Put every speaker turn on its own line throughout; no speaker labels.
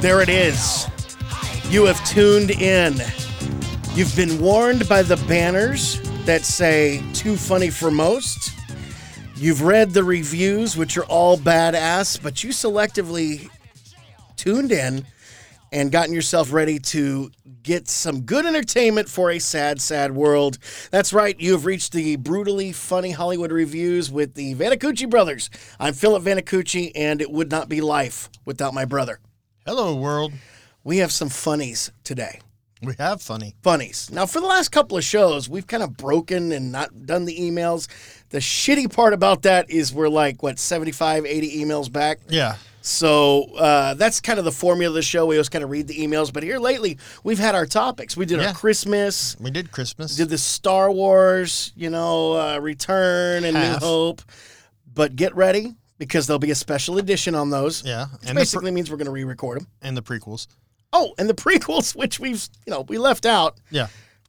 There it is. You have tuned in. You've been warned by the banners that say too funny for most. You've read the reviews, which are all badass, but you selectively tuned in and gotten yourself ready to get some good entertainment for a sad, sad world. That's right, you have reached the brutally funny Hollywood reviews with the Vanacucci brothers. I'm Philip Vanacucci, and it would not be life without my brother.
Hello, world.
We have some funnies today.
We have funny.
Funnies. Now, for the last couple of shows, we've kind of broken and not done the emails. The shitty part about that is we're like, what, 75, 80 emails back?
Yeah.
So uh, that's kind of the formula of the show. We always kind of read the emails. But here lately, we've had our topics. We did
Yeah.
our Christmas,
We did Christmas.
did the Star Wars, you know, uh, Return and
Half.
New Hope. But get ready because there'll be a special edition on those.
yeah.
Which
And the,
basically means we're going to re record them.
pre- and the prequels.
Oh, and the prequels, which we've, you know, we left out
Yeah.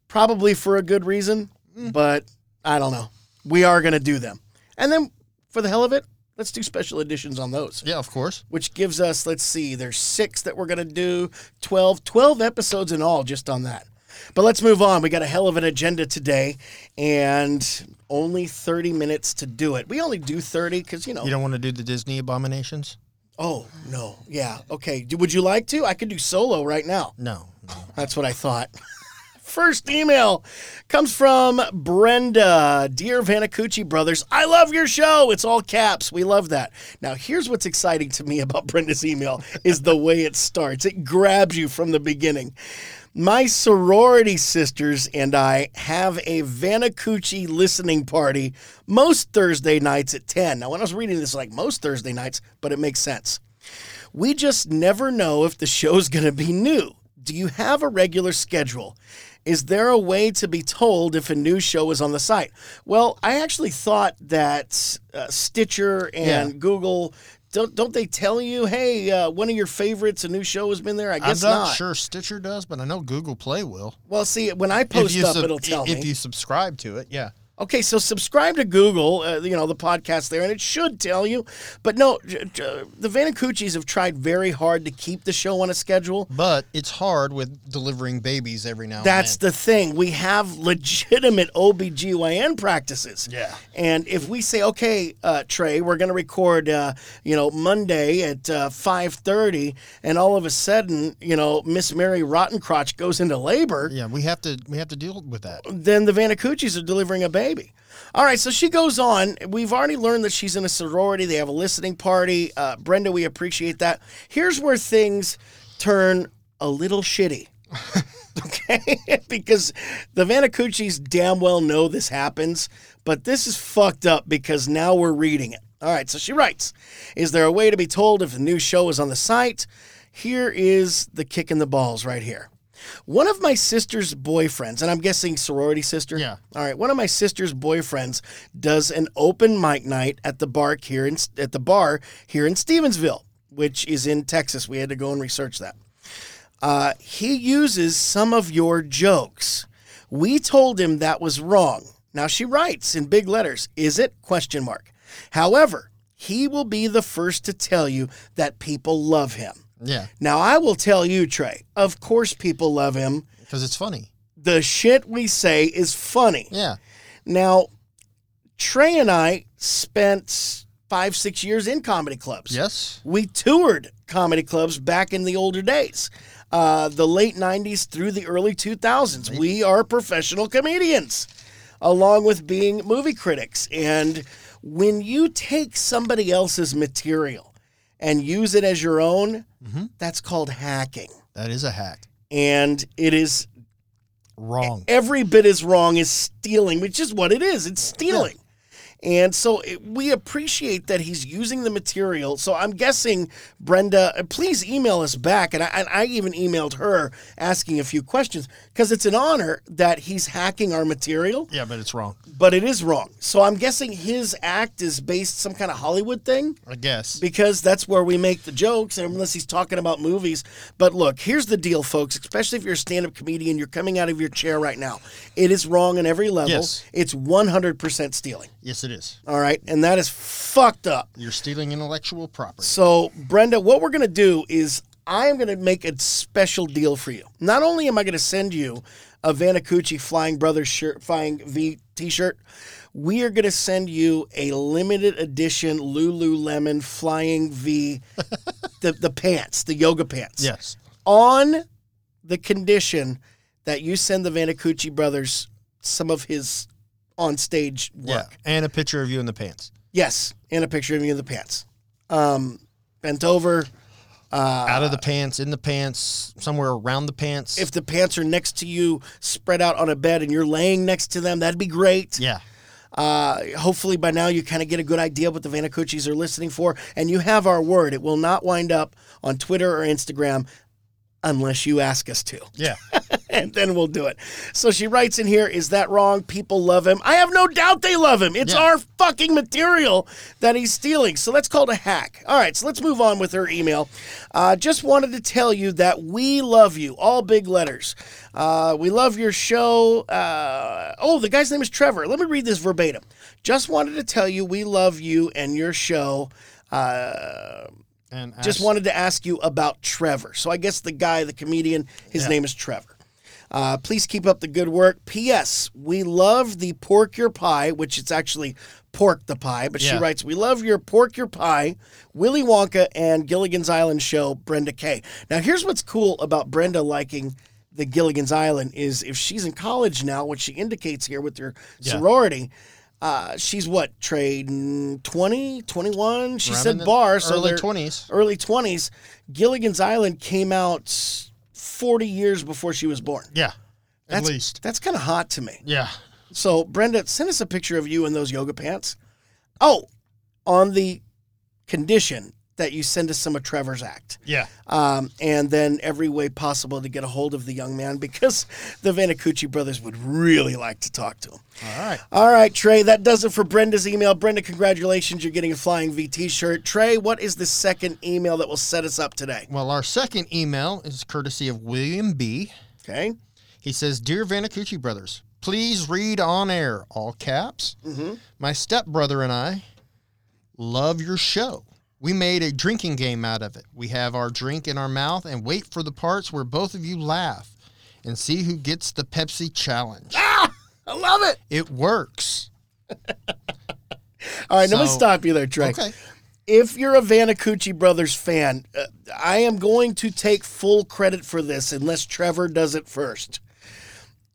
probably for a good reason, but I don't know. We are going to do them. And then for the hell of it, let's do special editions on those,
Yeah, of course.
which gives us, let's see, there's six that we're going to do, 12, 12 episodes in all just on that. But let's move on. We got a hell of an agenda today and only 30 minutes to do it. We only do 30 because, you know.
You don't want to do the Disney abominations?
oh, no. Yeah. Okay. Do- Would you like to? I could do solo right now.
No. no.
That's what I thought. First email comes from Brenda. Dear Vanacucci brothers, I love your show. It's all caps. We love that. Now, here's what's exciting to me about Brenda's email is the way it starts. It grabs you from the beginning. My sorority sisters and I have a Vanacucci listening party most Thursday nights at 10. Now, when I was reading this, like most Thursday nights, but it makes sense. We just never know if the show's going to be new. Do you have a regular schedule? Is there a way to be told if a new show is on the site? Well, I actually thought that uh, Stitcher and
Yeah.
Google don't don't they tell you, hey, uh, one of your favorites, a new show has been there? I
I'm
guess
not,
not.
sure Stitcher does, but I know Google Play will.
Well, see, when I post up,
sub-
it'll tell
if
me.
you subscribe to it, yeah.
Okay, so subscribe to Google, uh, you know, the podcast there, and it should tell you. But no, j- j- the Vanacucci's have tried very hard to keep the show on a schedule.
But it's hard with delivering babies every now
That's
and
the thing. We have legitimate OBGYN practices.
Yeah.
And if we say, okay, uh, Trey, we're going to record, uh, you know, Monday at uh, 5.30, and all of a sudden, you know, Miss Mary Rottencrotch goes into labor,
then. Yeah, we have to we have to deal with that.
then the Vanacucci's are delivering a baby. All right, so she goes on. We've already learned that she's in a sorority. They have a listening party. Uh, Brenda, we appreciate that. Here's where things turn a little shitty. Okay, because the Vanacucci's damn well know this happens, but this is fucked up because now we're reading it. All right, so she writes Is there a way to be told if the new show is on the site? Here is the kick in the balls right here. One of my sister's boyfriends, and I'm guessing sorority sister.
Yeah.
All right. One of my sister's boyfriends does an open mic night at the bar here in at the bar here in Stevensville, which is in Texas. We had to go and research that. Uh, he uses some of your jokes. We told him that was wrong. Now she writes in big letters, is it? Question mark. However, he will be the first to tell you that people love him.
Yeah,
Now I will tell you, Trey, of course people love him.
because it's funny.
The shit we say is funny.
Yeah.
Now, Trey and I spent five, six years in comedy clubs.
Yes.
We toured comedy clubs back in the older days, uh, the late 90s through the early 2000s. We are professional comedians, along with being movie critics. And when you take somebody else's material and use it as your own, that's called hacking.
That is a hack.
And it is
Wrong.
every bit as wrong as stealing, which is what it is. It's stealing. And so it, we appreciate that he's using the material. So I'm guessing, Brenda, uh, please email us back. And I, and I even emailed her asking a few questions because it's an honor that he's hacking our material,
Yeah, but it's wrong.
but it is wrong. So I'm guessing his act is based some kind of Hollywood thing
I guess.
because that's where we make the jokes unless he's talking about movies but look here's the deal folks especially if you're a stand-up comedian you're coming out of your chair right now it is wrong on every level
Yes.
it's 100% stealing
yes, it is.
all right and that is fucked up
You're stealing intellectual property.
so brenda what we're going to do is I am going to make a special deal for you. Not only am I going to send you a Vanacucci Flying Brothers shirt, Flying V T-shirt, we are going to send you a limited edition Lululemon Flying V, the the pants, the yoga pants
Yes.
on the condition that you send the Vanacucci brothers some of his on stage work.
Yeah. And a picture of you in the pants.
Yes, and a picture of you in the pants. Um, bent over. Uh,
Out of the pants, in the pants, somewhere around the pants.
If the pants are next to you, spread out on a bed, and you're laying next to them, that'd be great.
yeah.
Uh, hopefully, by now, you kind of get a good idea what the Vanacucci's are listening for. And you have our word. It will not wind up on Twitter or Instagram unless you ask us to.
Yeah.
and then we'll do it. So she writes in here, is that wrong? People love him. I have no doubt they love him. It's
Yeah.
our fucking material that he's stealing. So that's called a hack. All right, so let's move on with her email. Uh, just wanted to tell you that we love you, all big letters. Uh, we love your show. Uh, oh, the guy's name is Trevor. Let me read this verbatim. Just wanted to tell you we love you and your show. Uh,
And
just
ask-
wanted to ask you about Trevor. So I guess the guy, the comedian, his name is Trevor. Uh, please keep up the good work. P.S. We love the pork your pie, which it's actually pork the pie, but she
Yeah.
writes, "We love your pork your pie, Willy Wonka and Gilligan's Island show." Brenda K. Now here's what's cool about Brenda liking the Gilligan's Island is if she's in college now, which she indicates here with her
Yeah.
sorority. Uh, she's what trade 20 21 she
around in
said
the
bar so
early
they're-
20s.
early 20s, Gilligan's Island came out 40 years before she was born.
Yeah. At
That's,
least.
That's kind of hot to me.
Yeah.
So, Brenda, send us a picture of you in those yoga pants. Oh, on the condition that you send us some of Trevor's act.
Yeah.
Um, and then every way possible to get a hold of the young man because the Vanacucci brothers would really like to talk to him.
All right.
All right, Trey, that does it for Brenda's email. Brenda, congratulations. You're getting a Flying V t shirt. Trey, what is the second email that will set us up today?
Well, our second email is courtesy of William B.
Okay.
He says, Dear Vanacucci brothers, please read on air, all caps.
Mm-hmm.
My stepbrother and I love your show. We made a drinking game out of it. We have our drink in our mouth and wait for the parts where both of you laugh and see who gets the Pepsi challenge.
I love it.
It works.
All right, now let me
So-
stop you there, Trey.
Okay.
If you're a Vanacucci Brothers fan, uh, I am going to take full credit for this unless Trevor does it first.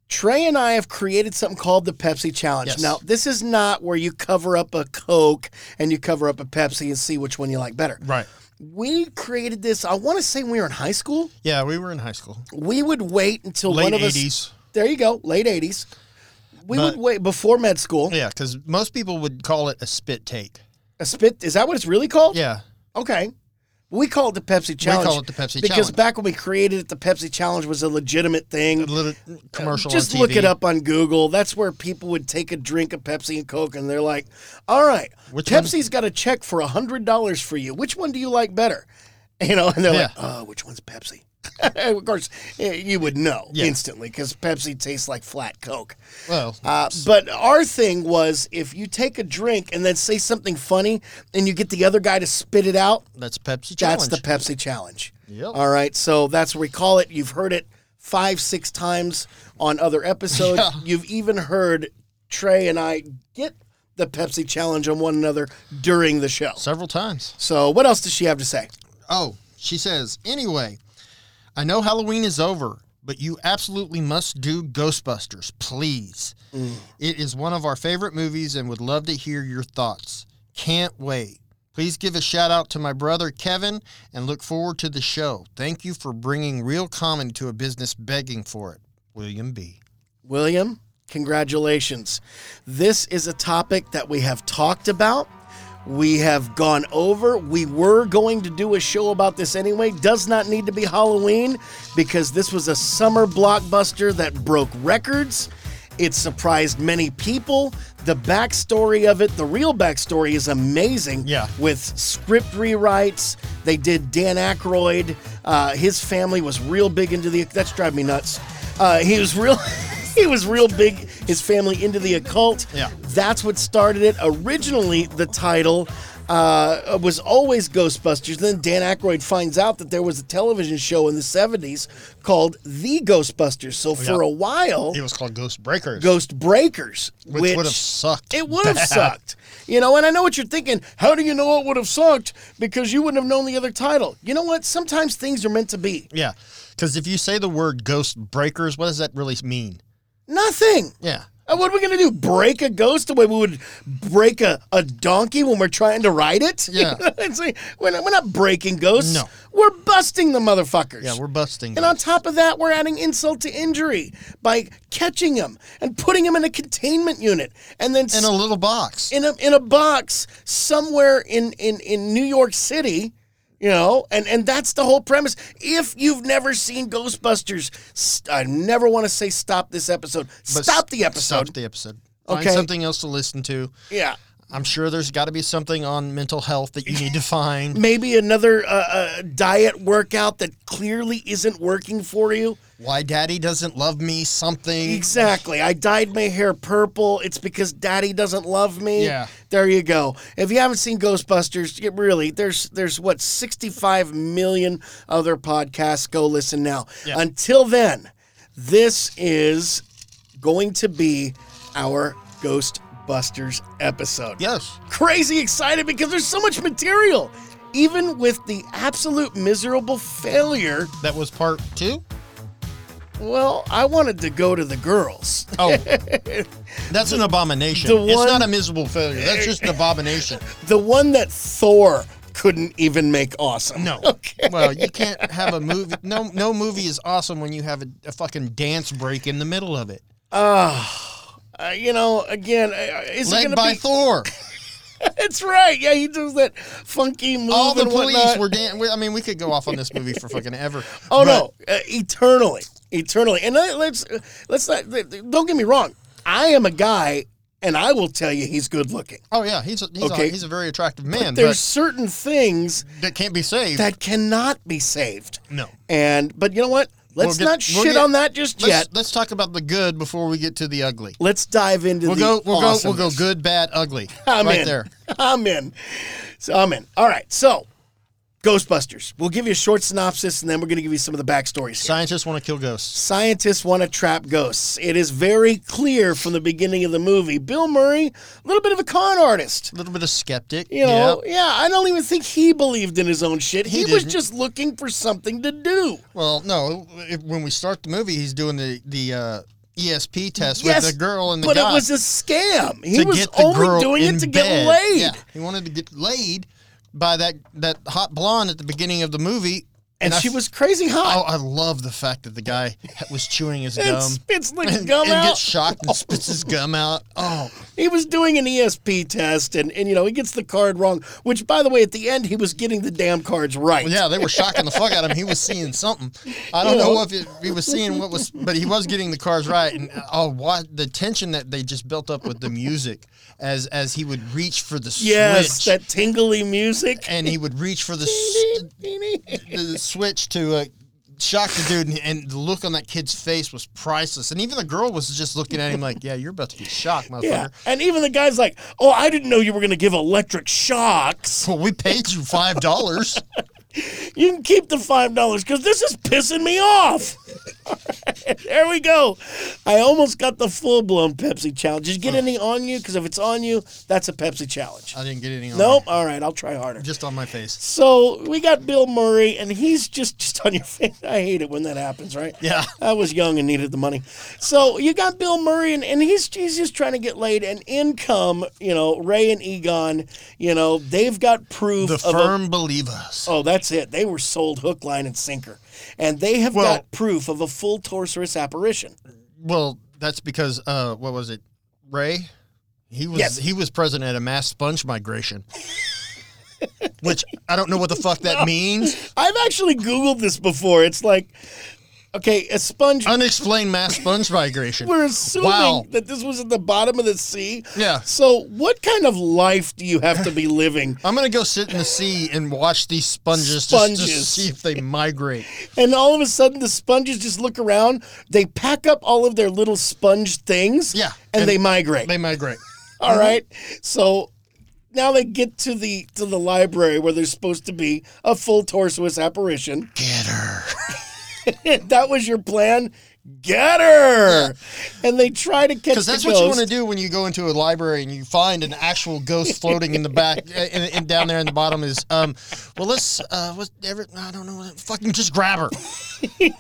Trey and I have created something called the Pepsi Challenge.
Yes.
Now, this is not where you cover up a Coke and you cover up a Pepsi and see which one you like better.
Right.
We created this, I want to say when we were in high school.
Yeah, we were in high school.
We would wait until
Late
one of us.
80s.
There you go, late 80s. We
But-
would wait before med school.
Yeah, because most people would call it a spit take.
A spit, is that what it's really called?
Yeah.
Okay. We call it the Pepsi Challenge.
We call it the Pepsi
because
challenge.
back when we created it, the Pepsi Challenge was a legitimate thing.
A little commercial. on
Uh, Just look
TV.
it up on Google. That's where people would take a drink of Pepsi and Coke, and they're like, "All right,
Which
Pepsi's got a check for hundred dollars for you. Which one do you like better?" You know, and they're like, "Oh, which one's Pepsi?" of course, eh, you would know
Yeah.
instantly because Pepsi tastes like flat Coke.
Well,
Uh, but our thing was if you take a drink and then say something funny, and you get the other guy to spit it out,
that's Pepsi
that's
challenge.
the Pepsi challenge.
Yep.
All right. So that's what we call it. You've heard it five, six times on other episodes. You've even heard Trey and I get the Pepsi challenge on one another during the show.
Several times.
So what else does she have to say?
Oh, she says, anyway, I know Halloween is over, but you absolutely must do Ghostbusters, please. It is one of our favorite movies and would love to hear your thoughts. Can't wait. Please give a shout out to my brother Kevin and look forward to the show. Thank you for bringing real comedy to a business begging for it. William B.
William, congratulations. This is a topic that we have talked about. We have gone over. We were going to do a show about this anyway. Does not need to be Halloween because this was a summer blockbuster that broke records. It surprised many people. The backstory of it, the real backstory, is amazing
Yeah.
with script rewrites. They did Dan Aykroyd. Uh, his family was real big into the. That's driving me nuts. Uh, he was real. he was real big. His family into the occult.
Yeah.
That's what started it. Originally, the title uh, was always Ghostbusters. Then Dan Aykroyd finds out that there was a television show in the 70s called The Ghostbusters. So for a while,
It was called Ghost Breakers,
Ghost Breakers,
which, would have sucked.
it would have
bad.
sucked. You know, and I know what you're thinking. How do you know it would have sucked? Because you wouldn't have known the other title. You know what? Sometimes things are meant to be.
Yeah, because if you say the word Ghost Breakers, what does that really mean?
Nothing.
Yeah,
Uh, What are we going to do? Break a ghost the way we would break a, a donkey when we're trying to ride it? You
Yeah.
know what I'm saying? we're, not, we're not breaking ghosts.
No.
We're busting the motherfuckers.
yeah, we're busting.
and on
those.
top of that, we're adding insult to injury by catching them and putting them in a containment unit and then
in a little box.
in a in a box somewhere in in in New York City, you know, and and that's the whole premise. If you've never seen Ghostbusters, st- I never want to say stop this episode.
But
Stop the
s-
episode.
Stop the episode. Find
Okay.
something else to listen to.
yeah.
I'm sure there's got to be something on mental health that you need to find.
Maybe another uh, uh, diet workout that clearly isn't working for you.
Why daddy doesn't love me? Something.
Exactly. I dyed my hair purple. It's because daddy doesn't love me.
Yeah.
There you go. If you haven't seen Ghostbusters, you- really, there's there's what 65 million other podcasts. Go listen now.
Yeah.
Until then, this is going to be our Ghostbusters episode.
Yes.
Crazy excited because there's so much material. Even with the absolute miserable failure,
That was part two.
well, I wanted to go to the girls.
Oh, that's an abomination.
The
it's
one-
not a miserable failure. That's just an abomination.
The one that Thor couldn't even make awesome.
No.
Okay.
Well, you can't have a movie. No, no movie is awesome when you have a, a fucking dance break in the middle of it,
Uh, you know, again, uh, is it
led
gonna
by
be?
Thor.
it's right. Yeah, he does that funky move
All the
and
police
whatnot.
were dancing. I mean, we could go off on this movie for fucking ever.
Oh
But-
no, uh, eternally, eternally. And let- let's uh, let's not. th- th- Don't get me wrong. I am a guy, and I will tell you he's good looking.
Oh yeah, he's a, he's,
Okay.
a, he's a very attractive man,
There's
but
certain things
that can't be saved.
that cannot be saved.
no.
And but you know what? Let's
get-
not
we'll
shit
get-
on that just
Let's,
yet.
let's talk about the good before we get to the ugly.
Let's dive into
We'll
the
go. We'll go. We'll
awesomeness.
go. Good, bad, ugly.
I'm
right
in.
there.
I'm in. So I'm in. All right. So Ghostbusters. We'll give you a short synopsis and then we're going to give you some of the backstories. here.
Scientists want to kill ghosts.
Scientists want to trap ghosts. It is very clear from the beginning of the movie. Bill Murray, a little bit of a con artist.
A little bit of skeptic.
You know, yeah, I don't even think he believed in his own shit. He,
He
was
didn't.
just looking for something to do.
Well, no. If, when we start the movie, he's doing the the uh, ESP test
yes,
with the girl and the
but
guy.
it was a scam. He
to
was
get the girl
only doing
in
it to get
bed.
laid.
Yeah, he wanted to get laid by that that hot blonde at the beginning of the movie.
And,
I
she
f-
was crazy hot.
Oh, I love the fact that the guy was chewing his
and
gum.
spits the
Oh, and,
gum
and
out. Oh.
gets shocked and spits his gum out. Oh,
He was doing an ESP test, and, and you know he gets the card wrong. Which, by the way, at the end he was getting the damn cards right.
yeah, they were shocking the fuck out of him. He was seeing something. I don't
You
know,
know.
if it, he was seeing what was, but he was getting the cars right. And oh, what the tension that they just built up with the music as as he would reach for the
Yes,
switch,
that tingly music.
and he would reach for the s- the switch to uh, shock the dude, and, and the look on that kid's face was priceless. And even the girl was just looking at him like, "Yeah, you're about to get shocked, motherfucker."
yeah, and even the guy's like, "Oh, I didn't know you were going to give electric shocks.
Well, we paid you five dollars.
You can keep the five dollars because this is pissing me off." there we go. I almost got the full blown Pepsi challenge. Did you get any on you? Because if it's on you, that's a Pepsi challenge.
I didn't get any. on
Nope. All right, I'll try harder.
me, just on my face.
So we got Bill Murray, and he's just just on your face. I hate it when that happens, right?
Yeah.
I was young and needed the money. So you got Bill Murray, and, and he's he's just trying to get laid. And in come, you know, Ray and Egon. You know, they've got proof
The
of. a-
firm believe us.
oh, that's it. They were sold hook, line, and sinker, and they have
Well-
got proof of a full torsorous apparition.
Well, that's because uh, what was it, Ray? He was
Yes.
he was present at a mass sponge migration, which I don't know what the fuck that means.
I've actually googled this before. It's like, okay, a sponge.
Unexplained mass sponge migration.
we're assuming
Wow.
that this was at the bottom of the sea.
Yeah.
So, what kind of life do you have to be living?
I'm gonna go sit in the sea and watch these sponges, just to
Sponges.
see if they migrate.
And all of a sudden, the sponges just look around. They pack up all of their little sponge things.
Yeah.
And,
And Mhm.
they migrate.
They migrate.
all right. So, now they get to the to the library where there's supposed to be a full torsoist apparition.
Get her.
that was your plan. Get her, and they try to catch
Because
the
that's what
ghost.
you want to do when you go into a library and you find an actual ghost floating in the back and, and down there in the bottom is um. Well, let's uh, what every, I don't know. Fucking just grab her.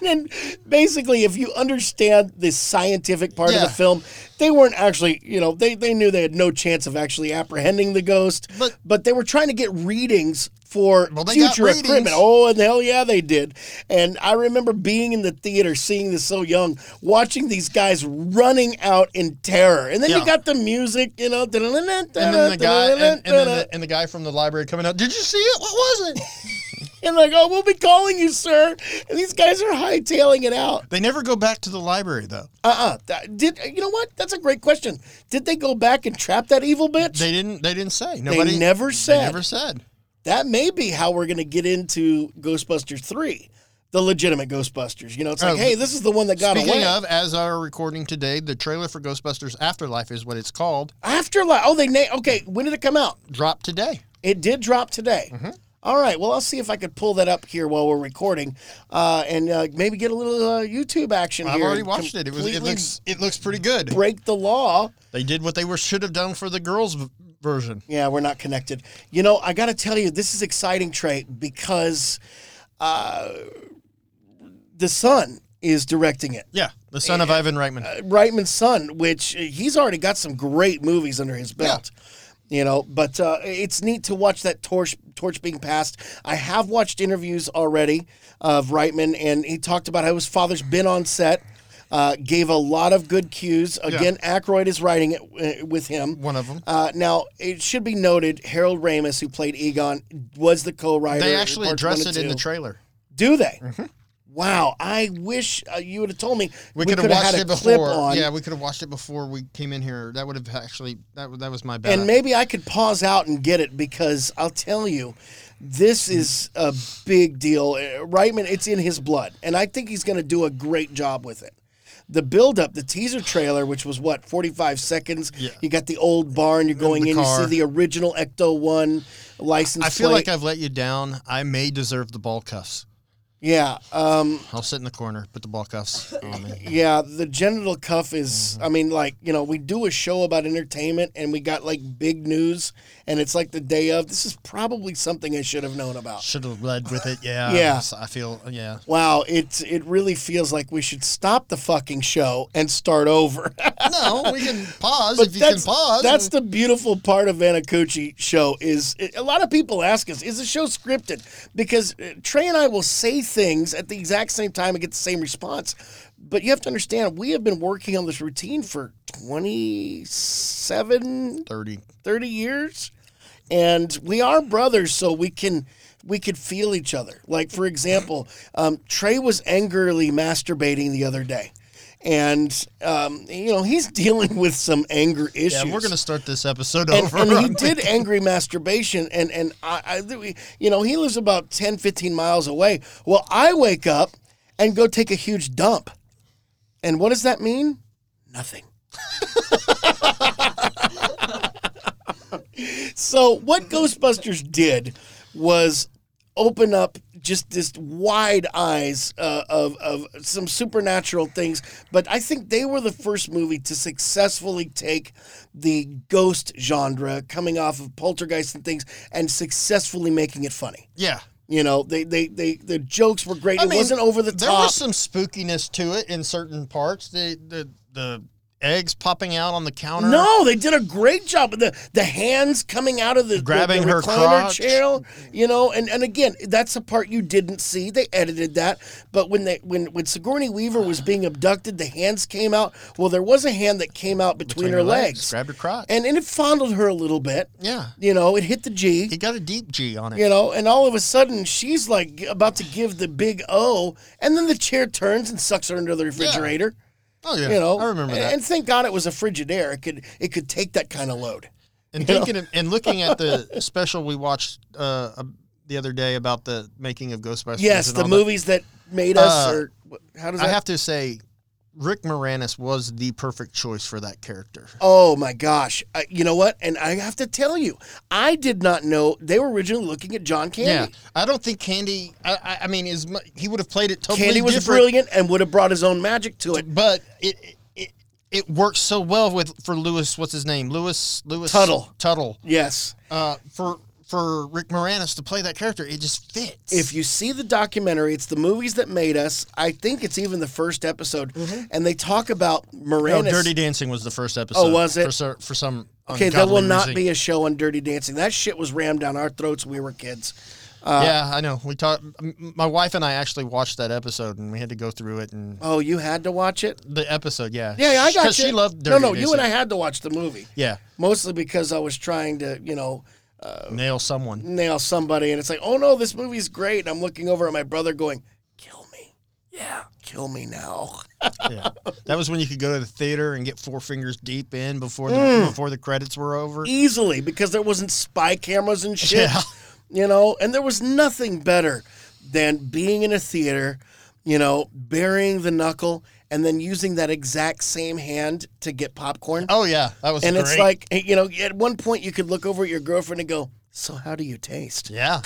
and basically, if you understand the scientific part of
Yeah.
the film, they weren't actually, you know, they, they knew they had no chance of actually apprehending the ghost,
But-
they were trying to get readings for
Well, they got
future
readings.
equipment. Oh, and hell yeah, they did. And I remember being in the theater, seeing this so young, watching these guys running out in terror. And then you
Yeah.
got the music, you know, and
And then the guy and, and then the, and the guy from the library coming out. Did you see it? What was it?
and like, oh, we'll be calling you, sir. And these guys are hightailing it out.
They never go back to the library though.
Uh uh Did you know what? That's a great question. Did they go back and trap that evil bitch?
They didn't. They didn't say. Nobody.
never said.
They never said.
that may be how we're going to get into Ghostbusters three, the legitimate Ghostbusters. You know, it's like,
Oh,
hey, this is the one that got
Speaking
away.
of, as our recording today, the trailer for Ghostbusters Afterlife is what it's called.
Afterlife. Oh, they na- okay. When did it come out?
Dropped today.
It did drop today.
Mm-hmm.
All right. Well, I'll see if I could pull that up here while we're recording, uh, and uh, maybe get a little uh, YouTube action.
I've
here
already
and
watched it. It was. It
completely
looks. It looks pretty good.
break the law.
They did what they were should have done for the girls' v- version.
Yeah, we're not connected. You know, I got to tell you, this is exciting, Trey, because uh, the son is directing it.
Yeah, the son of Ivan Reitman.
Reitman's son, which uh, he's already got some great movies under his belt. You know, but uh, it's neat to watch that torch torch being passed. I have watched interviews already of Reitman, and he talked about how his father's been on set, uh, gave a lot of good cues. Again, Aykroyd is writing it uh, with him.
One of 'em.
Uh, now, it should be noted, Harold Ramis, who played Egon, was the co-writer.
they
in
actually
parts
address
one
it
and
in the
two.
trailer.
Do they? Wow, I wish uh, you would have told me.
We, could have
coulda
watched
had a
it
clip
before.
on.
Yeah, we could have watched it before we came in here. That would have actually that wa- that was my bad.
And maybe I could pause out and get it because I'll tell you, this
Mm-hmm.
is a big deal. Uh, Reitman, it's in his blood, and I think he's going to do a great job with it. The build up, the teaser trailer, which was what, 45 seconds?
Yeah.
You got the old barn, you're going
the
in, you
car.
see the original Ecto 1 license
I feel
plate.
like I've let you down. I may deserve the ball cuffs.
yeah. Um,
I'll sit in the corner, put the ball cuffs on me.
yeah, the genital cuff is, I mean, like, you know, we do a show about entertainment and we got like big news, and it's like the day of. This is probably something I should have known about.
Should have led with it. Yeah.
Yeah.
So I feel. Yeah.
Wow, it it really feels like we should stop the fucking show and start over.
No, we can pause if you can
that's
pause.
that's the beautiful part of Vanacucci show is a lot of people ask us is the show scripted because uh, Trey and I will say things at the exact same time and get the same response. But you have to understand we have been working on this routine for 27
thirty.
30 years and we are brothers so we can we could feel each other like for example um, trey was angrily masturbating the other day and um, you know he's dealing with some anger issues
Yeah, we're gonna start this episode
and,
over.
and he did angry masturbation and and I, I you know he lives about 10 15 miles away well i wake up and go take a huge dump and what does that mean nothing so what ghostbusters did was open up just this wide eyes uh, of, of some supernatural things but i think they were the first movie to successfully take the ghost genre coming off of poltergeist and things and successfully making it funny
yeah.
you know they they, they the jokes were great
I
it
mean,
wasn't over the
There
top
was some spookiness to it in certain parts. The the the eggs popping out on the counter.
No, they did a great job. The the hands coming out of the
Grabbing
the, the
her
recliner
crotch.
chair, you know, and, and again, that's a part you didn't see. They edited that, but when they when when Sigourney Weaver was being abducted, the hands came out. Well, there was a hand that came out between,
Between
her legs,
Grab your crotch.
and and it fondled her a little bit.
yeah.
You know, it hit the G.
He got a deep G on it.
You know, and all of a sudden she's like g- about to give the big O, and then the chair turns and sucks her into the refrigerator.
Oh yeah.
You know,
I remember
and,
that.
And thank God it was a Frigidaire. It could it could take that kind of load.
And thinking of- and looking at the special we watched uh, uh, the other day about the making of Ghostbusters.
Yes,
and
the
all that,
movies that made us.
Uh,
or wh- how does
I
that?
have to say, Rick Moranis was the perfect choice for that character.
Oh my gosh! Uh, you know what? And I have to tell you, I did not know they were originally looking at John Candy.
Yeah, I don't think Candy. I, I, I mean, is he would have played it totally
Candy was
different,
brilliant and would have brought his own magic to it.
but it, it it works so well with for Lewis. What's his name? Lewis Lewis
Tuttle.
Tuttle.
Yes.
Uh, for for Rick Moranis to play that character, it just fits.
If you see the documentary, it's the movies that made us. I think it's even the first episode, and they talk about
Mm-hmm. no,
Moranis.
Oh, Dirty Dancing was the first episode.
Oh, was it?
for, cer- for some?
okay, there will
ungodly
not
reason.
be a show on Dirty Dancing. That shit was rammed down our throats when we were kids. Uh,
yeah, I know. We talked. m- My wife and I actually watched that episode, and we had to go through it. And
Oh, you had to watch it.
the episode, yeah,
Yeah, yeah, I got you.
Because she loved. Dirty
No, no, you
Dancing.
and I had to watch the movie.
Yeah,
Mostly because I was trying to, you know,
nail someone.
nail somebody and it's like, oh no, this movie's great. And I'm looking over at my brother going, kill me. Yeah. Kill me now.
Yeah, that was when you could go to the theater and get four fingers deep in before the,
Mm.
before the credits were over.
Easily because there wasn't spy cameras and shit.
Yeah.
You know, and there was nothing better than being in a theater, you know, burying the knuckle and then using that exact same hand to get popcorn.
Oh yeah, that was.
and
great.
it's like, you know, at one point you could look over at your girlfriend and go, so how do you taste?
yeah,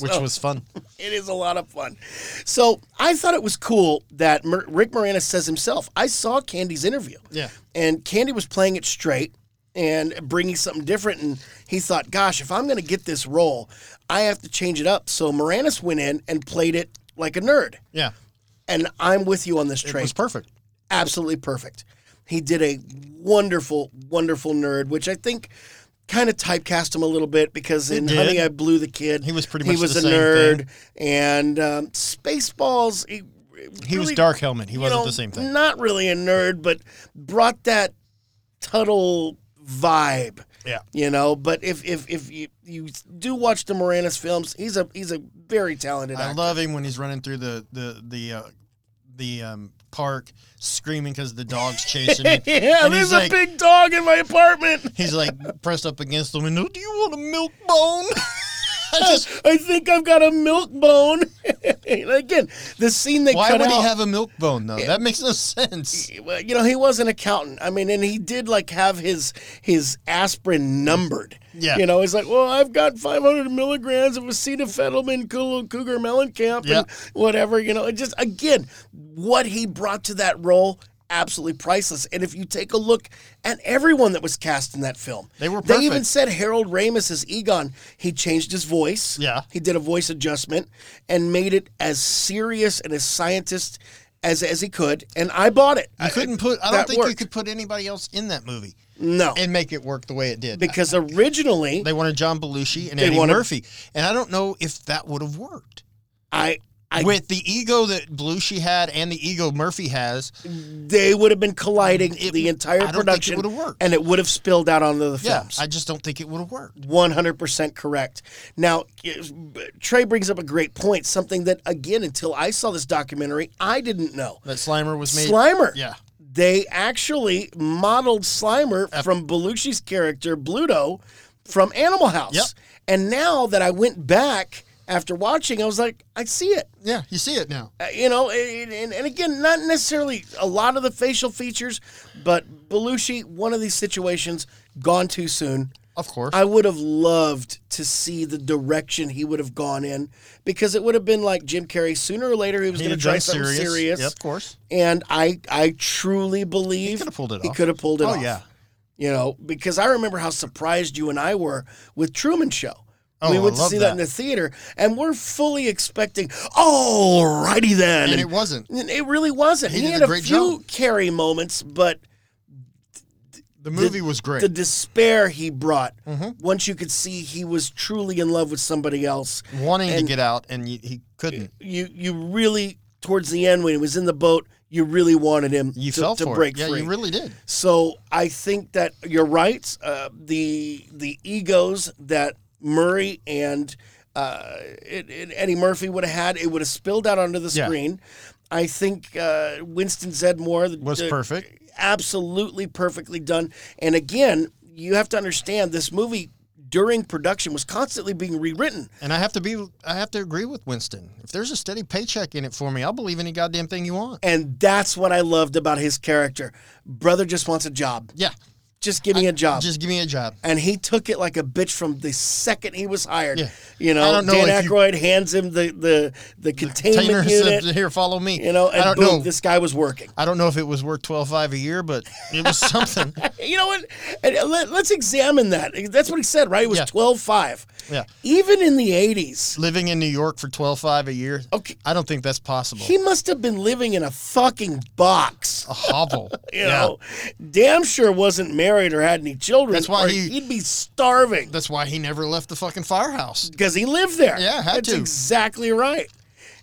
which was fun.
It is a lot of fun. So I thought it was cool that Mer- Rick Moranis says himself. I saw Candy's interview.
Yeah.
And Candy was playing it straight and bringing something different. And he thought, gosh, if I'm going to get this role, I have to change it up. So Moranis went in and played it like a nerd.
Yeah,
And I'm with you on this
it
train.
was perfect.
Absolutely perfect. He did a wonderful, wonderful nerd, which I think kind of typecast him a little bit because in
did.
Honey, I Blew the Kid,
He was pretty
he
much
was
the
a
same
nerd, and um, Spaceballs. He,
He was
really,
Dark Helmet. He
you
wasn't
know, mm,
the same thing.
Not really a nerd, but brought that Tuttle vibe.
Yeah.
You know, but if if if you, you do watch the Moranis films, he's a he's a very talented
I
actor.
love him when he's running through the the the uh, the um, park screaming because the dog's chasing him.
yeah,
And
there's
he's
a
like,
big dog in my apartment.
He's like pressed up against the window. Do you want a milk bone? I just,
I think I've got a milk bone. And again, the scene they
why
cut
would
out.
he have a milk bone though? That makes no sense.
well, you know, he was an accountant. I mean, and he did like have his his aspirin numbered.
Yeah.
You know, he's like, well, I've got 500 milligrams of acetafetalmin, Cool- Cougar Mellencamp,
Yeah.
and whatever. You know, it just again, what he brought to that role, absolutely priceless. And if you take a look at everyone that was cast in that film,
They were
They even
perfect.
said Harold Ramis as Egon. He changed his voice.
Yeah.
He did a voice adjustment and made it as serious and as scientist as as he could. And I bought it.
You
I-
couldn't put. I
that
don't think you
worked.
could put anybody else in that movie
No,
and make it work the way it did.
because originally
they wanted John Belushi and
They
Eddie
wanted-
Murphy, and I don't know if that would have worked
I, I
with the ego that Belushi had and the ego Murphy has.
they would have been colliding the entire
I don't think it
production,
would've worked.
and it would have spilled out onto the
Yeah,
films.
I just don't think it would have worked.
One hundred percent correct. Now, is- Trey brings up a great point. Something that, again, until I saw this documentary, I didn't know.
That Slimer was made.
Slimer.
Yeah.
They actually modeled Slimer from Belushi's character Bluto from Animal House.
Yep.
And now that I went back after watching, I was like, I see it.
Yeah, you see it now.
Uh, you know, and, and, and again, not necessarily a lot of the facial features, but Belushi, one of these situations, gone too soon.
Of course.
I would have loved to see the direction he would have gone in because it would have been like Jim Carrey. Sooner or later, he was
He
going to
had
try
done
something serious.
Yep, of course.
And I, I truly believe he
could have pulled it
He
off.
could have pulled it
Oh,
off.
yeah.
You know, because I remember how surprised you and I were with Truman Show.
Oh,
we
I
went to
love
see that.
that.
in the theater, and we're fully expecting. All righty then,
And it wasn't.
N- It really wasn't. He,
He did
had
a
a,
great
few
job.
carry moments, but
The movie was great. Mm-hmm.
the despair he brought once you could see he was truly in love with somebody else.
Wanting to get out, and you, he couldn't.
You you really towards the end when he was in the boat, you really wanted him
You
to,
fell
to
for it.
break
Yeah,
free.
you really did.
so I think that you're right. Uh, the the egos that Murray and uh, it, it, Eddie Murphy would have had, it would have spilled out onto the
Yeah.
screen. I think uh, Winston Zedmore the-
Was
the-
perfect.
absolutely perfectly done. And again, you have to understand this movie during production was constantly being rewritten.
And I have to be I have to agree with Winston. If there's a steady paycheck in it for me, I'll believe any goddamn thing you want.
And that's what I loved about his character. Brother just wants a job.
Yeah.
Just give me a job.
Just give me a job.
and he took it like a bitch from the second he was hired.
Yeah.
You know,
I don't know
Dan
if you-
Aykroyd hands him the the, the containment
Tainer
unit.
said, "Here, follow me."
you know, and
I don't
boom,
know.
this guy was working.
I don't know if it was worth twelve five a year, but it was something.
You know what? And uh, let, us examine that. That's what he said, right? It was
Yeah.
twelve five.
Yeah.
Even in the eighties,
Living in New York for twelve five a year.
Okay.
I don't think that's possible.
he must have been living in a fucking box.
a hovel.
You
yeah.
know, damn sure wasn't married or had any children.
That's why
or
he-
would be starving
That's why he never left the fucking firehouse.
because he lived there.
Yeah, had
That's
to.
exactly right.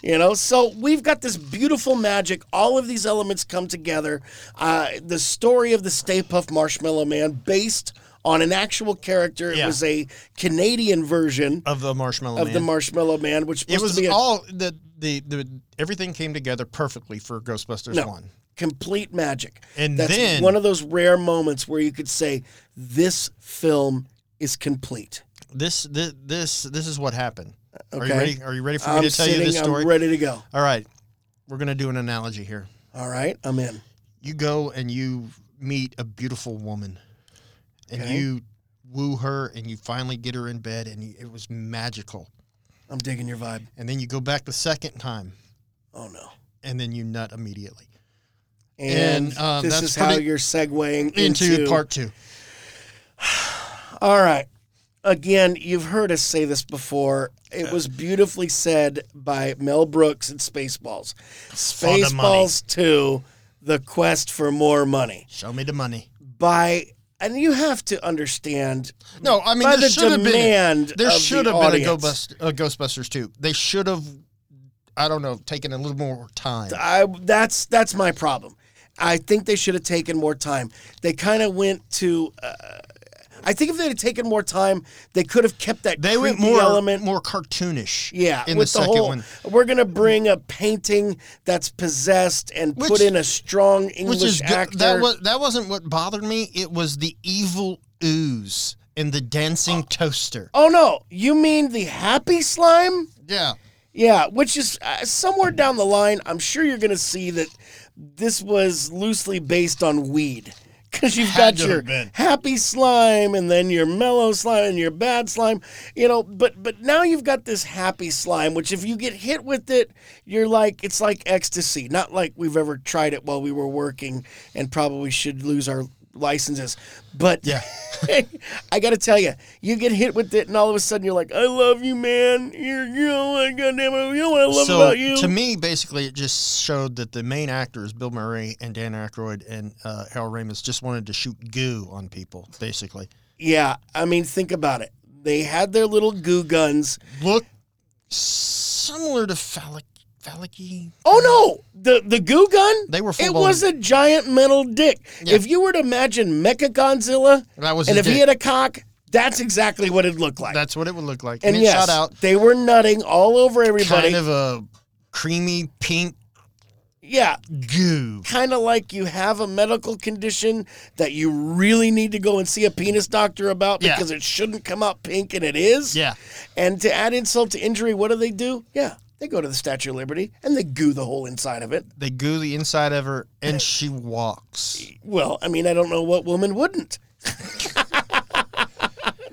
You know, so we've got this beautiful magic. All of these elements come together. Uh, the story of the Stay Puff Marshmallow Man, based on an actual character, it
Yeah.
was a Canadian version
Of the marshmallow
of
man.
the Marshmallow Man, which
it
supposed
was
to be a
all the, the the everything came together perfectly for Ghostbusters
No.
one.
complete magic.
And
That's
then-
one of those rare moments where you could say this film is complete.
This this this this is what happened. Are
Okay.
you ready? Are you ready for
I'm
me to tell
sitting.
you this story?
I'm ready to go.
all right, we're gonna do an analogy here.
All right, I'm in.
you go and you meet a beautiful woman and
Okay.
you woo her and you finally get her in bed and you, it was magical
I'm digging your vibe.
and then you go back the second time
Oh no.
and then you nut immediately
And,
And, um,
this
that's
is how
pretty-
you're segueing
into,
into,
part two
All right. Again, you've heard us say this before. It was beautifully said by Mel Brooks in Spaceballs.
the money.
Spaceballs 2, The Quest for More Money.
show me the money
By, and you have to understand,
no i mean
By the
there should have been
demand
there
of
should
the
have been a,
audience.
Ghostbust, a ghostbusters 2 they should have i don't know taken a little more time
I that's that's my problem. I think they should have taken more time. They kind of went to. Uh, I think if they had taken more time, they could have kept that
they went
creepy
more
element
more cartoonish
Yeah,
in
with
the
the,
second
whole,
one
we're gonna bring a painting that's possessed and
Which-
put in a strong English
good.
actor.
That was that wasn't what bothered me. It was the evil ooze and the dancing toaster.
oh no, you mean the happy slime?
Yeah,
Yeah, which is uh, somewhere down the line. I'm sure you're gonna see that this was loosely based on weed. Because you've
Had
got
to have
your
been.
happy slime and then your mellow slime and your bad slime, you know. But but now you've got this happy slime, which if you get hit with it, you're like it's like ecstasy. Not like we've ever tried it while we were working and probably should lose our licenses. But
Yeah.
I got to tell you, you get hit with it, and all of a sudden you're like, I love you, man. You're, you know, what, goddamn, it, you know what I love
so
about you.
to me, basically, it just showed that the main actors, Bill Murray and Dan Aykroyd and uh, Hal Ramis, just wanted to shoot goo on people. Basically,
yeah, I mean, think about it. They had their little goo guns.
look similar to phallic, phallic-y.
Oh no, the the goo gun.
They were
It
full-blown-
was a giant metal dick.
Yeah.
If you were to imagine Mecha Godzilla,
That was
and
the
if he
dick.
had a cock, that's exactly what it looked like.
That's what it would look like.
and
it
yes,
shot out
they were nutting all over everybody.
kind of a creamy pink
yeah,
goo.
kind of like you have a medical condition that you really need to go and see a penis doctor about
Yeah.
because it shouldn't come out pink and it is.
Yeah.
And to add insult to injury, what do they do? Yeah, they go to the Statue of Liberty and they goo the whole inside of it.
They goo the inside of her, and she walks.
Well, I mean, I don't know what woman wouldn't.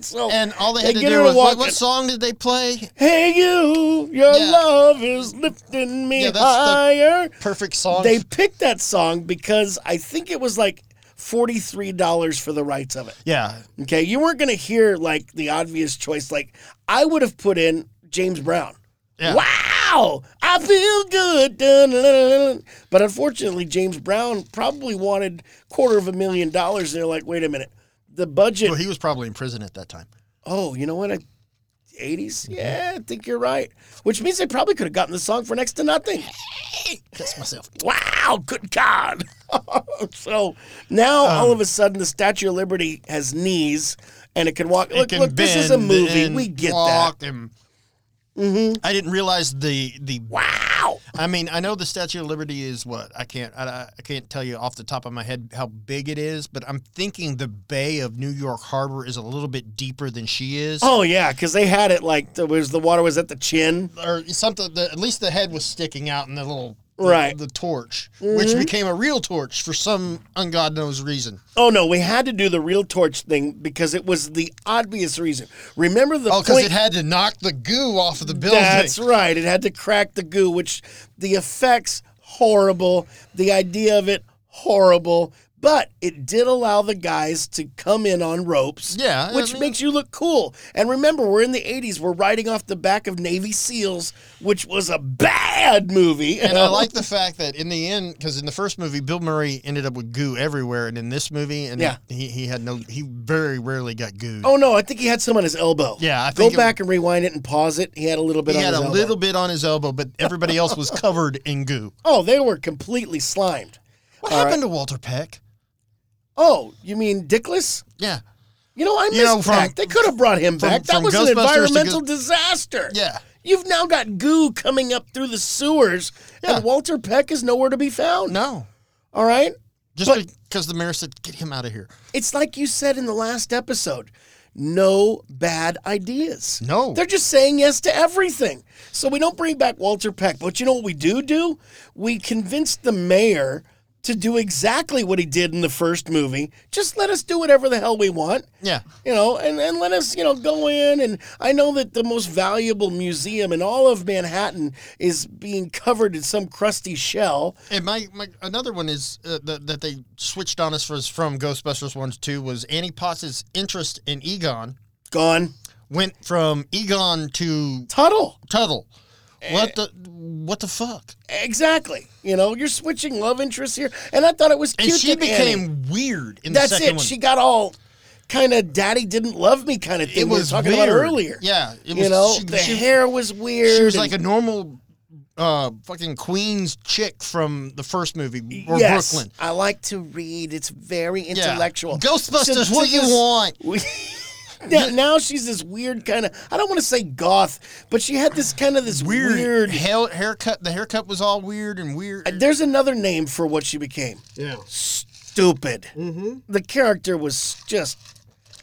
so,
And all they
They
had to
get her
do
to
was what,
walk
what
it.
song did they play?
hey, you, your
Yeah.
love is lifting me
Yeah, that's the-
higher.
Perfect song.
They picked that song because I think it was like $43 for the rights of it.
yeah,
Okay, you weren't gonna hear like the obvious choice. Like I would have put in James Brown.
Yeah.
Wow, I feel good. Dun, dun, dun, dun. But unfortunately, James Brown probably wanted quarter of a million dollars. And they're like, wait a minute, the budget.
well, he was probably in prison at that time.
Oh, you know what? I, 80s? Yeah, I think you're right. Which means they probably could have gotten the song for next to nothing.
Kiss myself.
Wow, good God. so now all of a sudden the Statue of Liberty has knees and it can walk. Look, look, this is a movie. We get
And I didn't realize the the
that. Wow.
I mean, I know the Statue of Liberty is what I can't I, I can't tell you off the top of my head how big it is, but I'm thinking the Bay of New York Harbor is a little bit deeper than she is,
Oh yeah, because they had it like there was the water was at the chin.
or something. The, at least the head was sticking out in the little
Right. Mm-hmm.
the, torch, which became a real torch for some ungod knows reason.
Oh no, we had to do the real torch thing because it was the obvious reason. Remember the
Oh, because
point?
it had to knock the goo off of the building.
That's right. It had to crack the goo, which the effects horrible. The idea of it horrible. But it did allow the guys to come in on ropes.
Yeah, I
Which
mean-
makes you look cool. And remember, we're in the 80s. We're riding off the back of Navy SEALs, which was a bad movie.
And I like the fact that in the end, because in the first movie, Bill Murray ended up with goo everywhere, and in this movie, and
Yeah.
he, he had no, he very rarely got goo.
Oh, no. I think he had some on his elbow.
Yeah, I
Go
think it-
back and rewind it and pause it. He had a little bit
he
on
had
his
a
elbow.
little bit on his elbow, but everybody else was covered in goo.
Oh, they were completely slimed.
What
All right.
happened to Walter Peck?
Oh, you mean dickless?
Yeah,
You know, I
You know,
missed
from-
that. They could have brought him
from-
back. That
from
was an
Ghostbusters to
environmental
Ghost-
disaster.
yeah.
You've now got goo coming up through the sewers,
Yeah.
and Walter Peck is nowhere to be found.
No,
All right?
just because the mayor said, "Get him out of here."
It's like you said in the last episode no bad ideas.
No.
They're just saying yes to everything. So we don't bring back Walter Peck. But you know what we do do? We convinced the mayor to do exactly what he did in the first movie. Just let us do whatever the hell we want.
Yeah,
you know, and, and let us, you know, go in. And I know that the most valuable museum in all of Manhattan is being covered in some crusty shell.
and my, my another one is uh, that that they switched on us was from Ghostbusters ones too was Annie Potts's interest in Egon
Gone.
went from Egon to
Tuttle.
Tuttle.
Eh.
What the what the fuck?
Exactly. You know, you're switching love interests here. And I thought it was
And
cute.
she
that
became
Annie-
weird in the
That's
second
it.
one.
She got all kind of daddy didn't love me kind of thing
it
we were
was
talking about
weird.
earlier.
Yeah, it was.
You know,
she,
the
she-
hair was weird.
she was
and-
like a normal uh fucking queen's chick from the first movie or
yes,
brooklyn
I like to read. It's very
Yeah.
intellectual.
ghostbusters
So
what
to
you
this-
want
We- now, now she's this weird kind of I don't want to say goth, but she had this kind of this
weird,
weird.
hair, haircut the haircut was all weird and weird
There's another name for what she became.
yeah
Stupid. Mm-hmm. The character was just.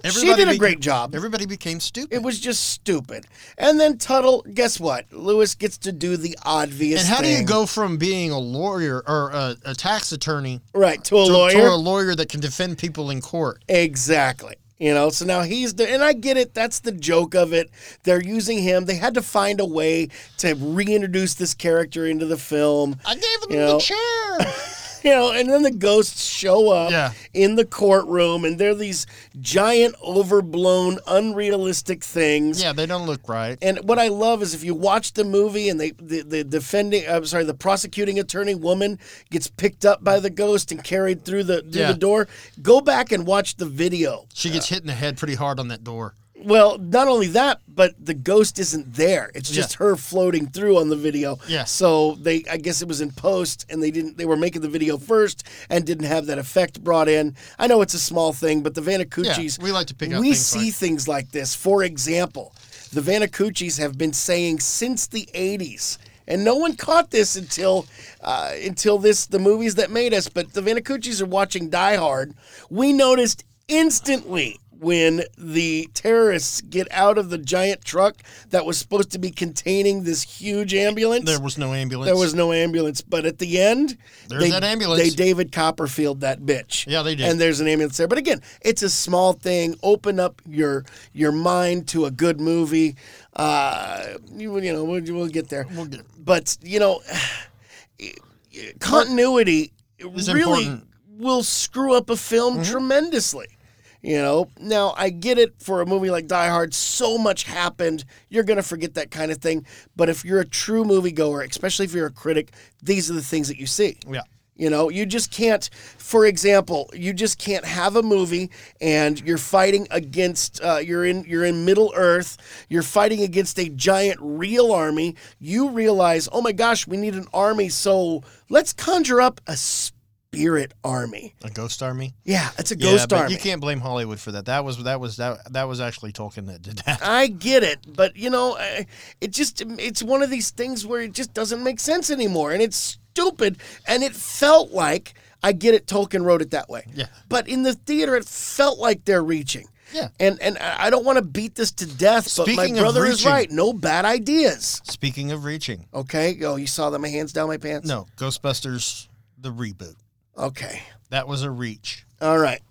Everybody
she did a
be-
great job.
everybody became stupid
it was just stupid. And then Tuttle, guess what? Lewis gets to do the obvious.
and how do you
thing.
go from being a lawyer or a, a tax attorney
right to a
to,
lawyer?
to a lawyer that can defend people in court
Exactly. You know, so now he's the, and I get it. That's the joke of it. They're using him. They had to find a way to reintroduce this character into the film.
i gave them
You know.
the chair
You know, and then the ghosts show up
Yeah.
in the courtroom, and they're these giant, overblown, unrealistic things.
yeah they don't look right
And what I love is if you watch the movie and they the, the defending I'm sorry the prosecuting attorney woman gets picked up by the ghost and carried through the through
Yeah.
the door. Go back and watch the video
she gets hit in the head pretty hard on that door
Well, not only that, but the ghost isn't there. It's just her floating through on the video.
Yeah.
So they, I guess it was in post, and they didn't. They were making the video first and didn't have that effect brought in. I know it's a small thing, but the Vanacucci's.
Yeah, we like to pick out
We
things
see
like-
things like this. For example, the Vanacucci's have been saying since the '80s. And no one caught this until, uh, until this the movies that made us. But the Vanacucci's are watching Die Hard. We noticed instantly when the terrorists get out of the giant truck that was supposed to be containing this huge ambulance.
there was no ambulance
There was no ambulance, but at the end,
There's
they,
that ambulance.
They David Copperfield that bitch.
Yeah, they did.
And there's an ambulance there. But again, it's a small thing. Open up your your mind to a good movie. Uh, you, you know, we'll, we'll get there. We'll
get-
But you know, continuity really
important.
will screw up a film tremendously. You know, now I get it for a movie like Die Hard, so much happened. You're going to forget that kind of thing. But if you're a true moviegoer, especially if you're a critic, these are the things that you see.
yeah
You know, you just can't, for example, you just can't have a movie and you're fighting against, uh, you're in, you're in Middle Earth, you're fighting against a giant real army. You realize, oh my gosh, we need an army, so let's conjure up a spirit army.
A ghost army.
Yeah, it's a ghost
but
army.
You can't blame Hollywood for that. That was that was that that was actually Tolkien that did that.
I get it, but you know, I- it just it's one of these things where it just doesn't make sense anymore and it's stupid and it felt like I get it Tolkien wrote it that way.
Yeah.
But in the theater it felt like they're reaching.
Yeah.
And and I I don't want to beat this to death, but
Speaking
my
of
brother is
reaching-
right. No bad ideas.
Speaking of reaching,
Okay? Oh, you saw that my hands down my pants?
no Ghostbusters the reboot.
Okay.
That was a reach.
All right.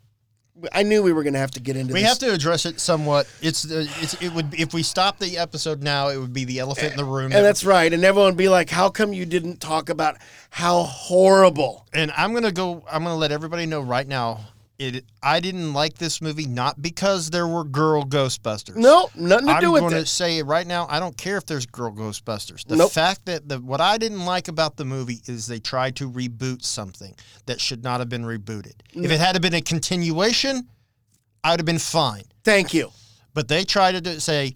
I knew we were going to have to get into
We
this.
have to address it somewhat. It's the it's it would if we stop the episode now, it would be the elephant in the room.
and that's right. And everyone would be like, "How come you didn't talk about how horrible?"
and I'm gonna go. I'm gonna let everybody know right now. It I didn't like this movie not because there were girl Ghostbusters.
No, nothing to
I'm
do with
going
it.
to say it right now. I don't care if there's girl Ghostbusters. The
Nope.
fact that the what I didn't like about the movie is they tried to reboot something that should not have been rebooted. If it had been a continuation, I would have been fine.
Thank you.
But they tried to do- say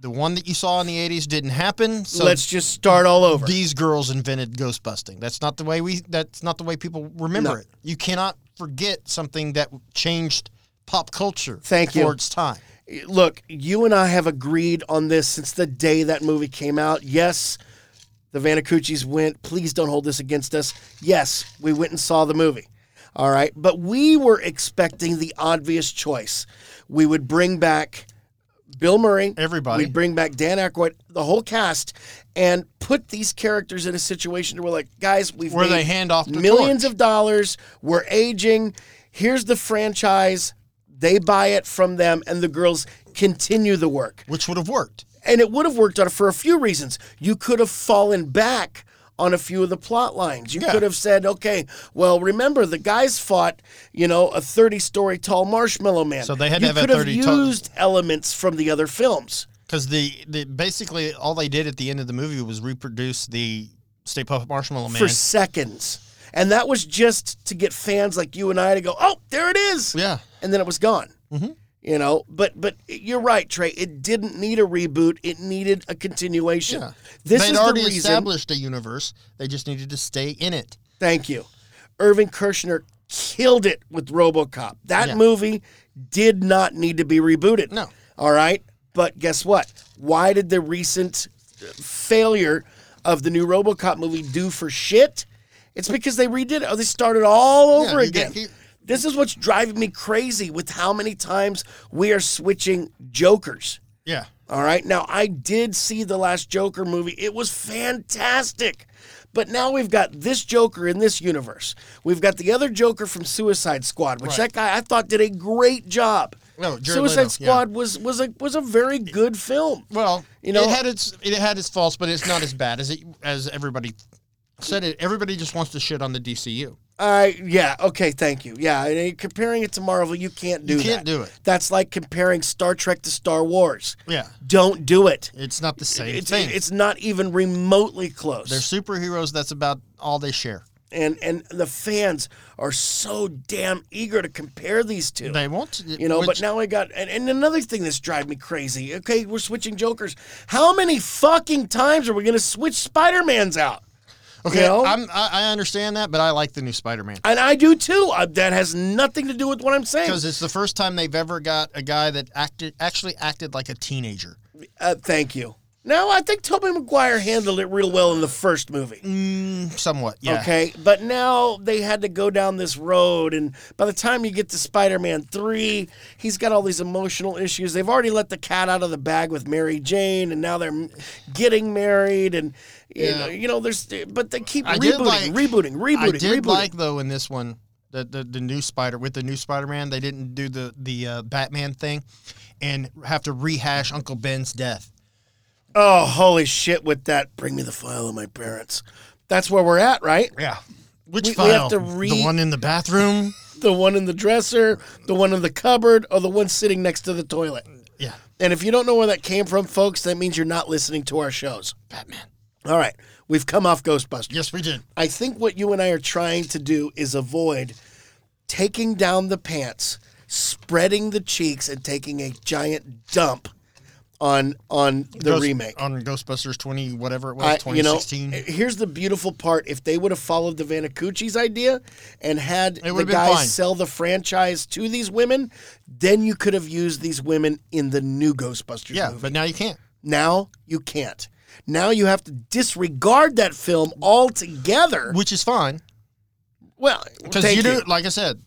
the one that you saw in the '80s didn't happen. So
Let's just start all over.
these girls invented ghost busting. That's not the way we. That's not the way people remember
No.
it. You cannot forget something that changed pop culture.
Thank you.
for its time.
Look, you and I have agreed on this since the day that movie came out. Yes, the Vanacucci's went. Please don't hold this against us. Yes, we went and saw the movie. All right. But we were expecting the obvious choice. We would bring back Bill Murray.
Everybody.
We'd bring back Dan Aykroyd, the whole cast, and put these characters in a situation where we're like, guys, we've
Where
made
they hand off the
millions of dollars. We're aging. Here's the franchise. They buy it from them, and the girls continue the work.
Which would have worked.
And it would have worked out for a few reasons. You could have fallen back on a few of the plot lines. You
Yeah.
could have said, okay, well, remember the guys fought, you know, a 30 story tall marshmallow man.
So they had to
you
have a
could
30
have
tall-
used elements from the other films.
Because the, the basically all they did at the end of the movie was reproduce the Stay Puft Marshmallow Man.
for seconds. And that was just to get fans like you and I to go, oh, there it is.
Yeah.
And then it was gone. You know, but but you're right, Trey. It didn't need a reboot. It needed a continuation.
Yeah.
This is
They'd
the
already
reason.
established a universe. They just needed to stay in it.
Thank you. Irving Kershner killed it with RoboCop. That
Yeah.
movie did not need to be rebooted.
No.
All right. But guess what? Why did the recent failure of the new RoboCop movie do for shit? It's because they redid it. Oh, they started all
Yeah,
over
you
again.
get- you-
this is what's driving me crazy with how many times we are switching jokers.
Yeah.
All right. Now, I did see the last Joker movie. It was fantastic. But now we've got this Joker in this universe. We've got the other Joker from Suicide Squad, which that guy I thought did a great job.
No, Jared
Suicide
Leto, yeah.
Squad was was a was a very good film.
Well,
You know-
it had its it had its faults, but it's not as bad as it as everybody said. It everybody just wants to shit on the DCU.
I yeah, okay, thank you. Yeah, and, uh, comparing it to Marvel, you can't do
You
that.
can't do it.
That's like comparing Star Trek to Star Wars.
Yeah.
Don't do it.
It's not the same
It's
thing.
it's not even remotely close.
They're superheroes. That's about all they share.
and and the fans are so damn eager to compare these two.
They won't.
you know,
which-
but now I got and, and another thing that's driving me crazy. Okay, we're switching Jokers. How many fucking times are we gonna switch Spider Mans out?
okay,
you know-
I'm, I, I understand that, but I like the new Spider-Man.
And I do too. Uh that has nothing to do with what I'm saying.
because it's the first time they've ever got a guy that acted actually acted like a teenager.
Uh, thank you. No, I think Tobey Maguire handled it real well in the first movie.
Somewhat, yeah.
Mm. Okay, but now they had to go down this road, and by the time you get to Spider-Man three, he's got all these emotional issues. They've already let the cat out of the bag with Mary Jane, and now they're m- getting married, and you,
Yeah.
know, you know, there's but they keep
I did
rebooting,
like-
rebooting, rebooting,
I did
rebooting.
like though in this one the, the the new Spider with the new Spider-Man they didn't do the the uh, Batman thing and have to rehash Uncle Ben's death.
oh, holy shit! With that, bring me the file of my parents. That's where we're at, right?
Yeah. Which
We- we
file?
have to re-
the one in the bathroom.
The one in the dresser, the one in the cupboard, or the one sitting next to the toilet.
yeah.
And if you don't know where that came from, folks, that means you're not listening to our shows.
Batman.
All right, we've come off Ghostbusters.
Yes, we did.
I think what you and I are trying to do is avoid taking down the pants, spreading the cheeks, and taking a giant dump on on the
Ghost-
remake.
on Ghostbusters twenty whatever it was
I,
twenty
you know, eh,
sixteen.
here's the beautiful part. If they would have followed the Vanacucci's idea and had the
would've been
guys
fine.
sell the franchise to these women, then you could have used these women in the new Ghostbusters
yeah,
movie.
but now you can't.
Now you can't. Now you have to disregard that film altogether.
which is fine
Well,
because
thank
you do. Like I said,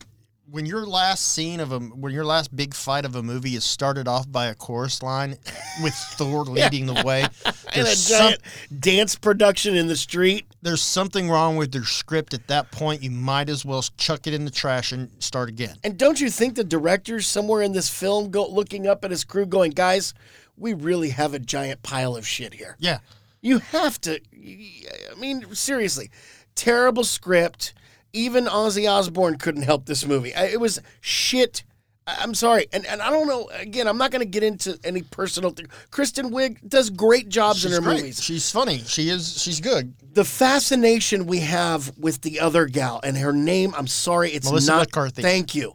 when your last scene of a when your last big fight of a movie is started off by a chorus line with Thor leading the way,
And a
there's, some,
giant dance production in the street.
there's something wrong with your script at that point. You might as well chuck it in the trash and start again.
And don't you think the director's somewhere in this film go looking up at his crew going, guys, we really have a giant pile of shit here.
Yeah,
You have to. I mean, seriously, terrible script. Even Ozzy Osbourne couldn't help this movie. I- It was shit. I- I'm sorry, and and I don't know. Again, I'm not going to get into any personal. thing. Kristen Wiig does great jobs in
she's
her
great.
movies.
She's funny. She is. She's good.
The fascination we have with the other gal and her name. I'm sorry, it's
Melissa
not
McCarthy.
Thank you.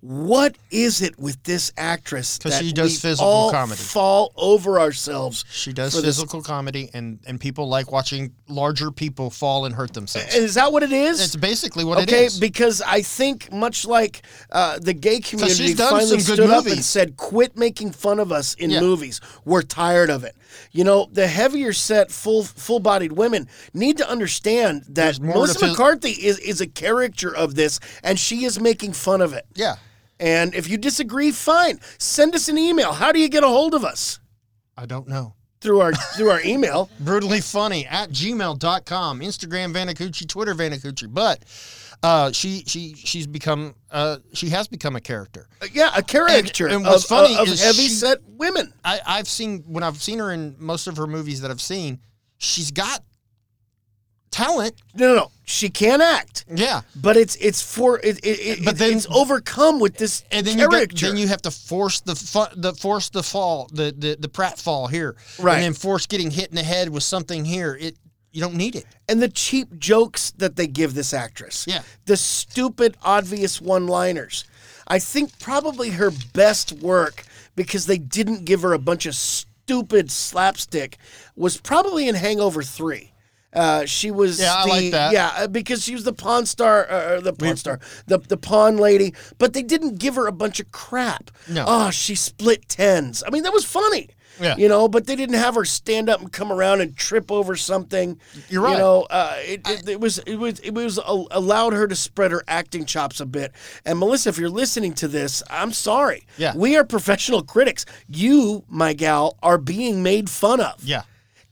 What is it with this actress?
'Cause
that
she does
we
physical
all
comedy.
Fall over ourselves.
She does
For this-
physical comedy, and and people like watching larger people fall and hurt themselves.
Is that what it is?
It's basically what
Okay,
it is.
because I think much like uh, the gay community
she's done
finally
some good
stood up and
movies.
said, "Quit making fun of us in
Yeah.
movies. We're tired of it." You know, the heavier set, full full bodied women need to understand that
There's more to
Melissa
phys-
McCarthy is is a character of this, and she is making fun of it.
yeah.
And if you disagree, fine. Send us an email. How do you get a hold of us?
I don't know.
Through our through our email.
brutally funny at gmail.com instagram vanacucci twitter vanacucci but uh, she she she's become uh, she has become a character
Yeah, a character
and
of,
what's funny
of,
is
heavy
she-
set women.
I, i've seen when i've seen her in most of her movies that i've seen she's got talent
No, no, no. She can act.
yeah
But it's it's for it, it, it
But then-
it's overcome with this
and then you, got,
character.
then you have to force the fu- the force the fall the the, the prat fall here
Right.
and then force getting hit in the head with something here it you don't need it
and the cheap jokes that they give this actress.
Yeah.
The stupid, obvious one-liners. I think probably her best work because they didn't give her a bunch of stupid slapstick was probably in Hangover Three. Uh, she was
Yeah, I
the,
like that.
yeah uh, because she was the pawn star uh, or the pawn star the the pawn lady but they didn't give her a bunch of crap
No.
oh she split tens I mean that was funny
Yeah.
you know but they didn't have her stand up and come around and trip over something
You're
you
right.
know, uh, it, it, it was it was it was a, allowed her to spread her acting chops a bit. And Melissa, if you're listening to this, I'm sorry.
Yeah.
we are professional critics. You, my gal, are being made fun of.
yeah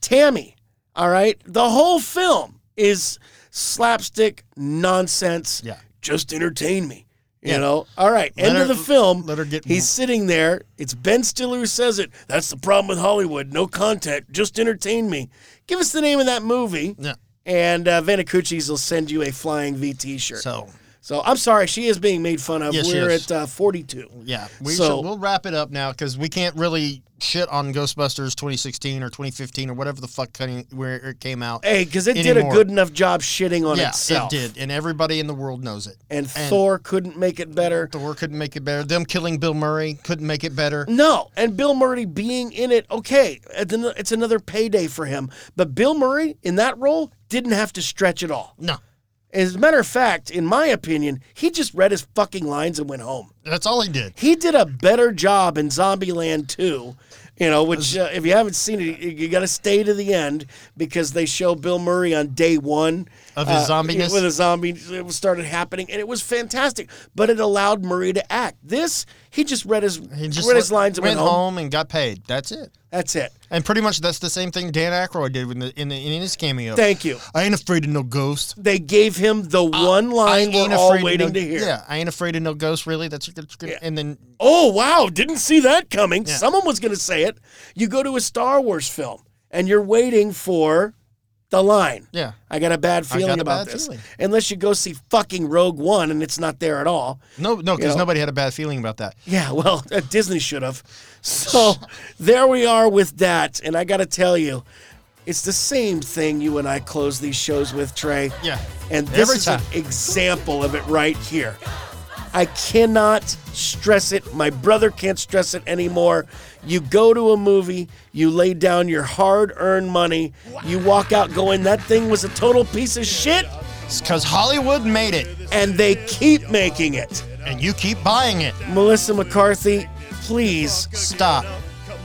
Tammy. All right, the whole film is slapstick nonsense.
Yeah.
just entertain me. You
Yeah.
know, all right. end
her-
of the film.
let her get
He's sitting there. It's Ben Stiller who says it. That's the problem with Hollywood. No content. Just entertain me. Give us the name of that movie
yeah
and uh, Vanacucci's will send you a flying V T-shirt. So,
so
I'm sorry, she is being made fun of.
Yes, she
We're
is.
at uh, 42.
Yeah, we
So-
should, we'll wrap it up now because we can't really shit on Ghostbusters 2016 or 2015 or whatever the fuck cutting, where it came out.
Hey, because it did a
Anymore.
good enough job shitting on
yeah,
itself.
it did, and everybody in the world knows it.
And, Thor couldn't make it better.
Thor couldn't make it better. Them killing Bill Murray couldn't make it better.
No, and Bill Murray being in it, okay, it's an- it's another payday for him. But Bill Murray in that role didn't have to stretch at all.
No,
As a matter of fact, in my opinion, he just read his fucking lines and went home.
that's all he did.
he did a better job in Zombieland 2, you know, which uh, if you haven't seen it, you, got to stay to the end because they show Bill Murray on day one
Of his
Uh,
zombiness?
When the zombie it started happening, and it was fantastic, but it allowed Murray to act. This, he just read his,
He just
read
let-
his lines and went,
went
home.
home and got paid. That's it.
That's it.
And pretty much that's the same thing Dan Aykroyd did in, the, in, the, in his cameo.
Thank you.
I ain't afraid of no ghost.
They gave him the one line
Uh, I ain't
we're all
afraid of
waiting
no-
to hear.
Yeah, I ain't afraid of no ghost. Really, that's a good. And then
Oh wow, didn't see that coming. Someone was going to say it. You go to a Star Wars film and you're waiting for the line.
yeah,
I got a bad feeling
a
about
bad
this.
feeling.
Unless you go see fucking Rogue One and it's not there at all.
No, no, because
know?
nobody had a bad feeling about that.
Yeah, well, uh, Disney should have. So there we are with that. And I got to tell you, it's the same thing you and I close these shows with, Trey.
Yeah.
And this
Every
is
time.
an example of it right here. I cannot stress it. My brother can't stress it anymore. You go to a movie, you lay down your hard earned money, you walk out going, that thing was a total piece of shit,
It's because Hollywood made it,
and they keep making it.
and you keep buying it.
Melissa McCarthy, please
Stop.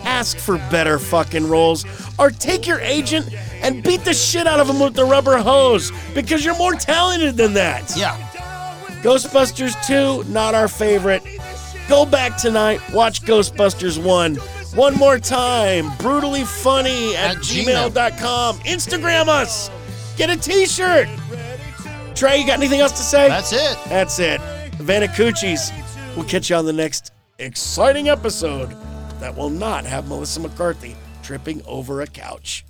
ask for better fucking roles or take your agent and beat the shit out of him with the rubber hose because you're more talented than that.
Yeah.
Ghostbusters 2, not our favorite. Go back tonight, watch Ghostbusters 1. One more time, brutally funny at,
At Gmail.
gmail.com. Instagram us. Get a t shirt. Trey, you got anything else to say?
That's it.
That's it. Havana Coochies. We'll catch you on the next exciting episode that will not have Melissa McCarthy tripping over a couch.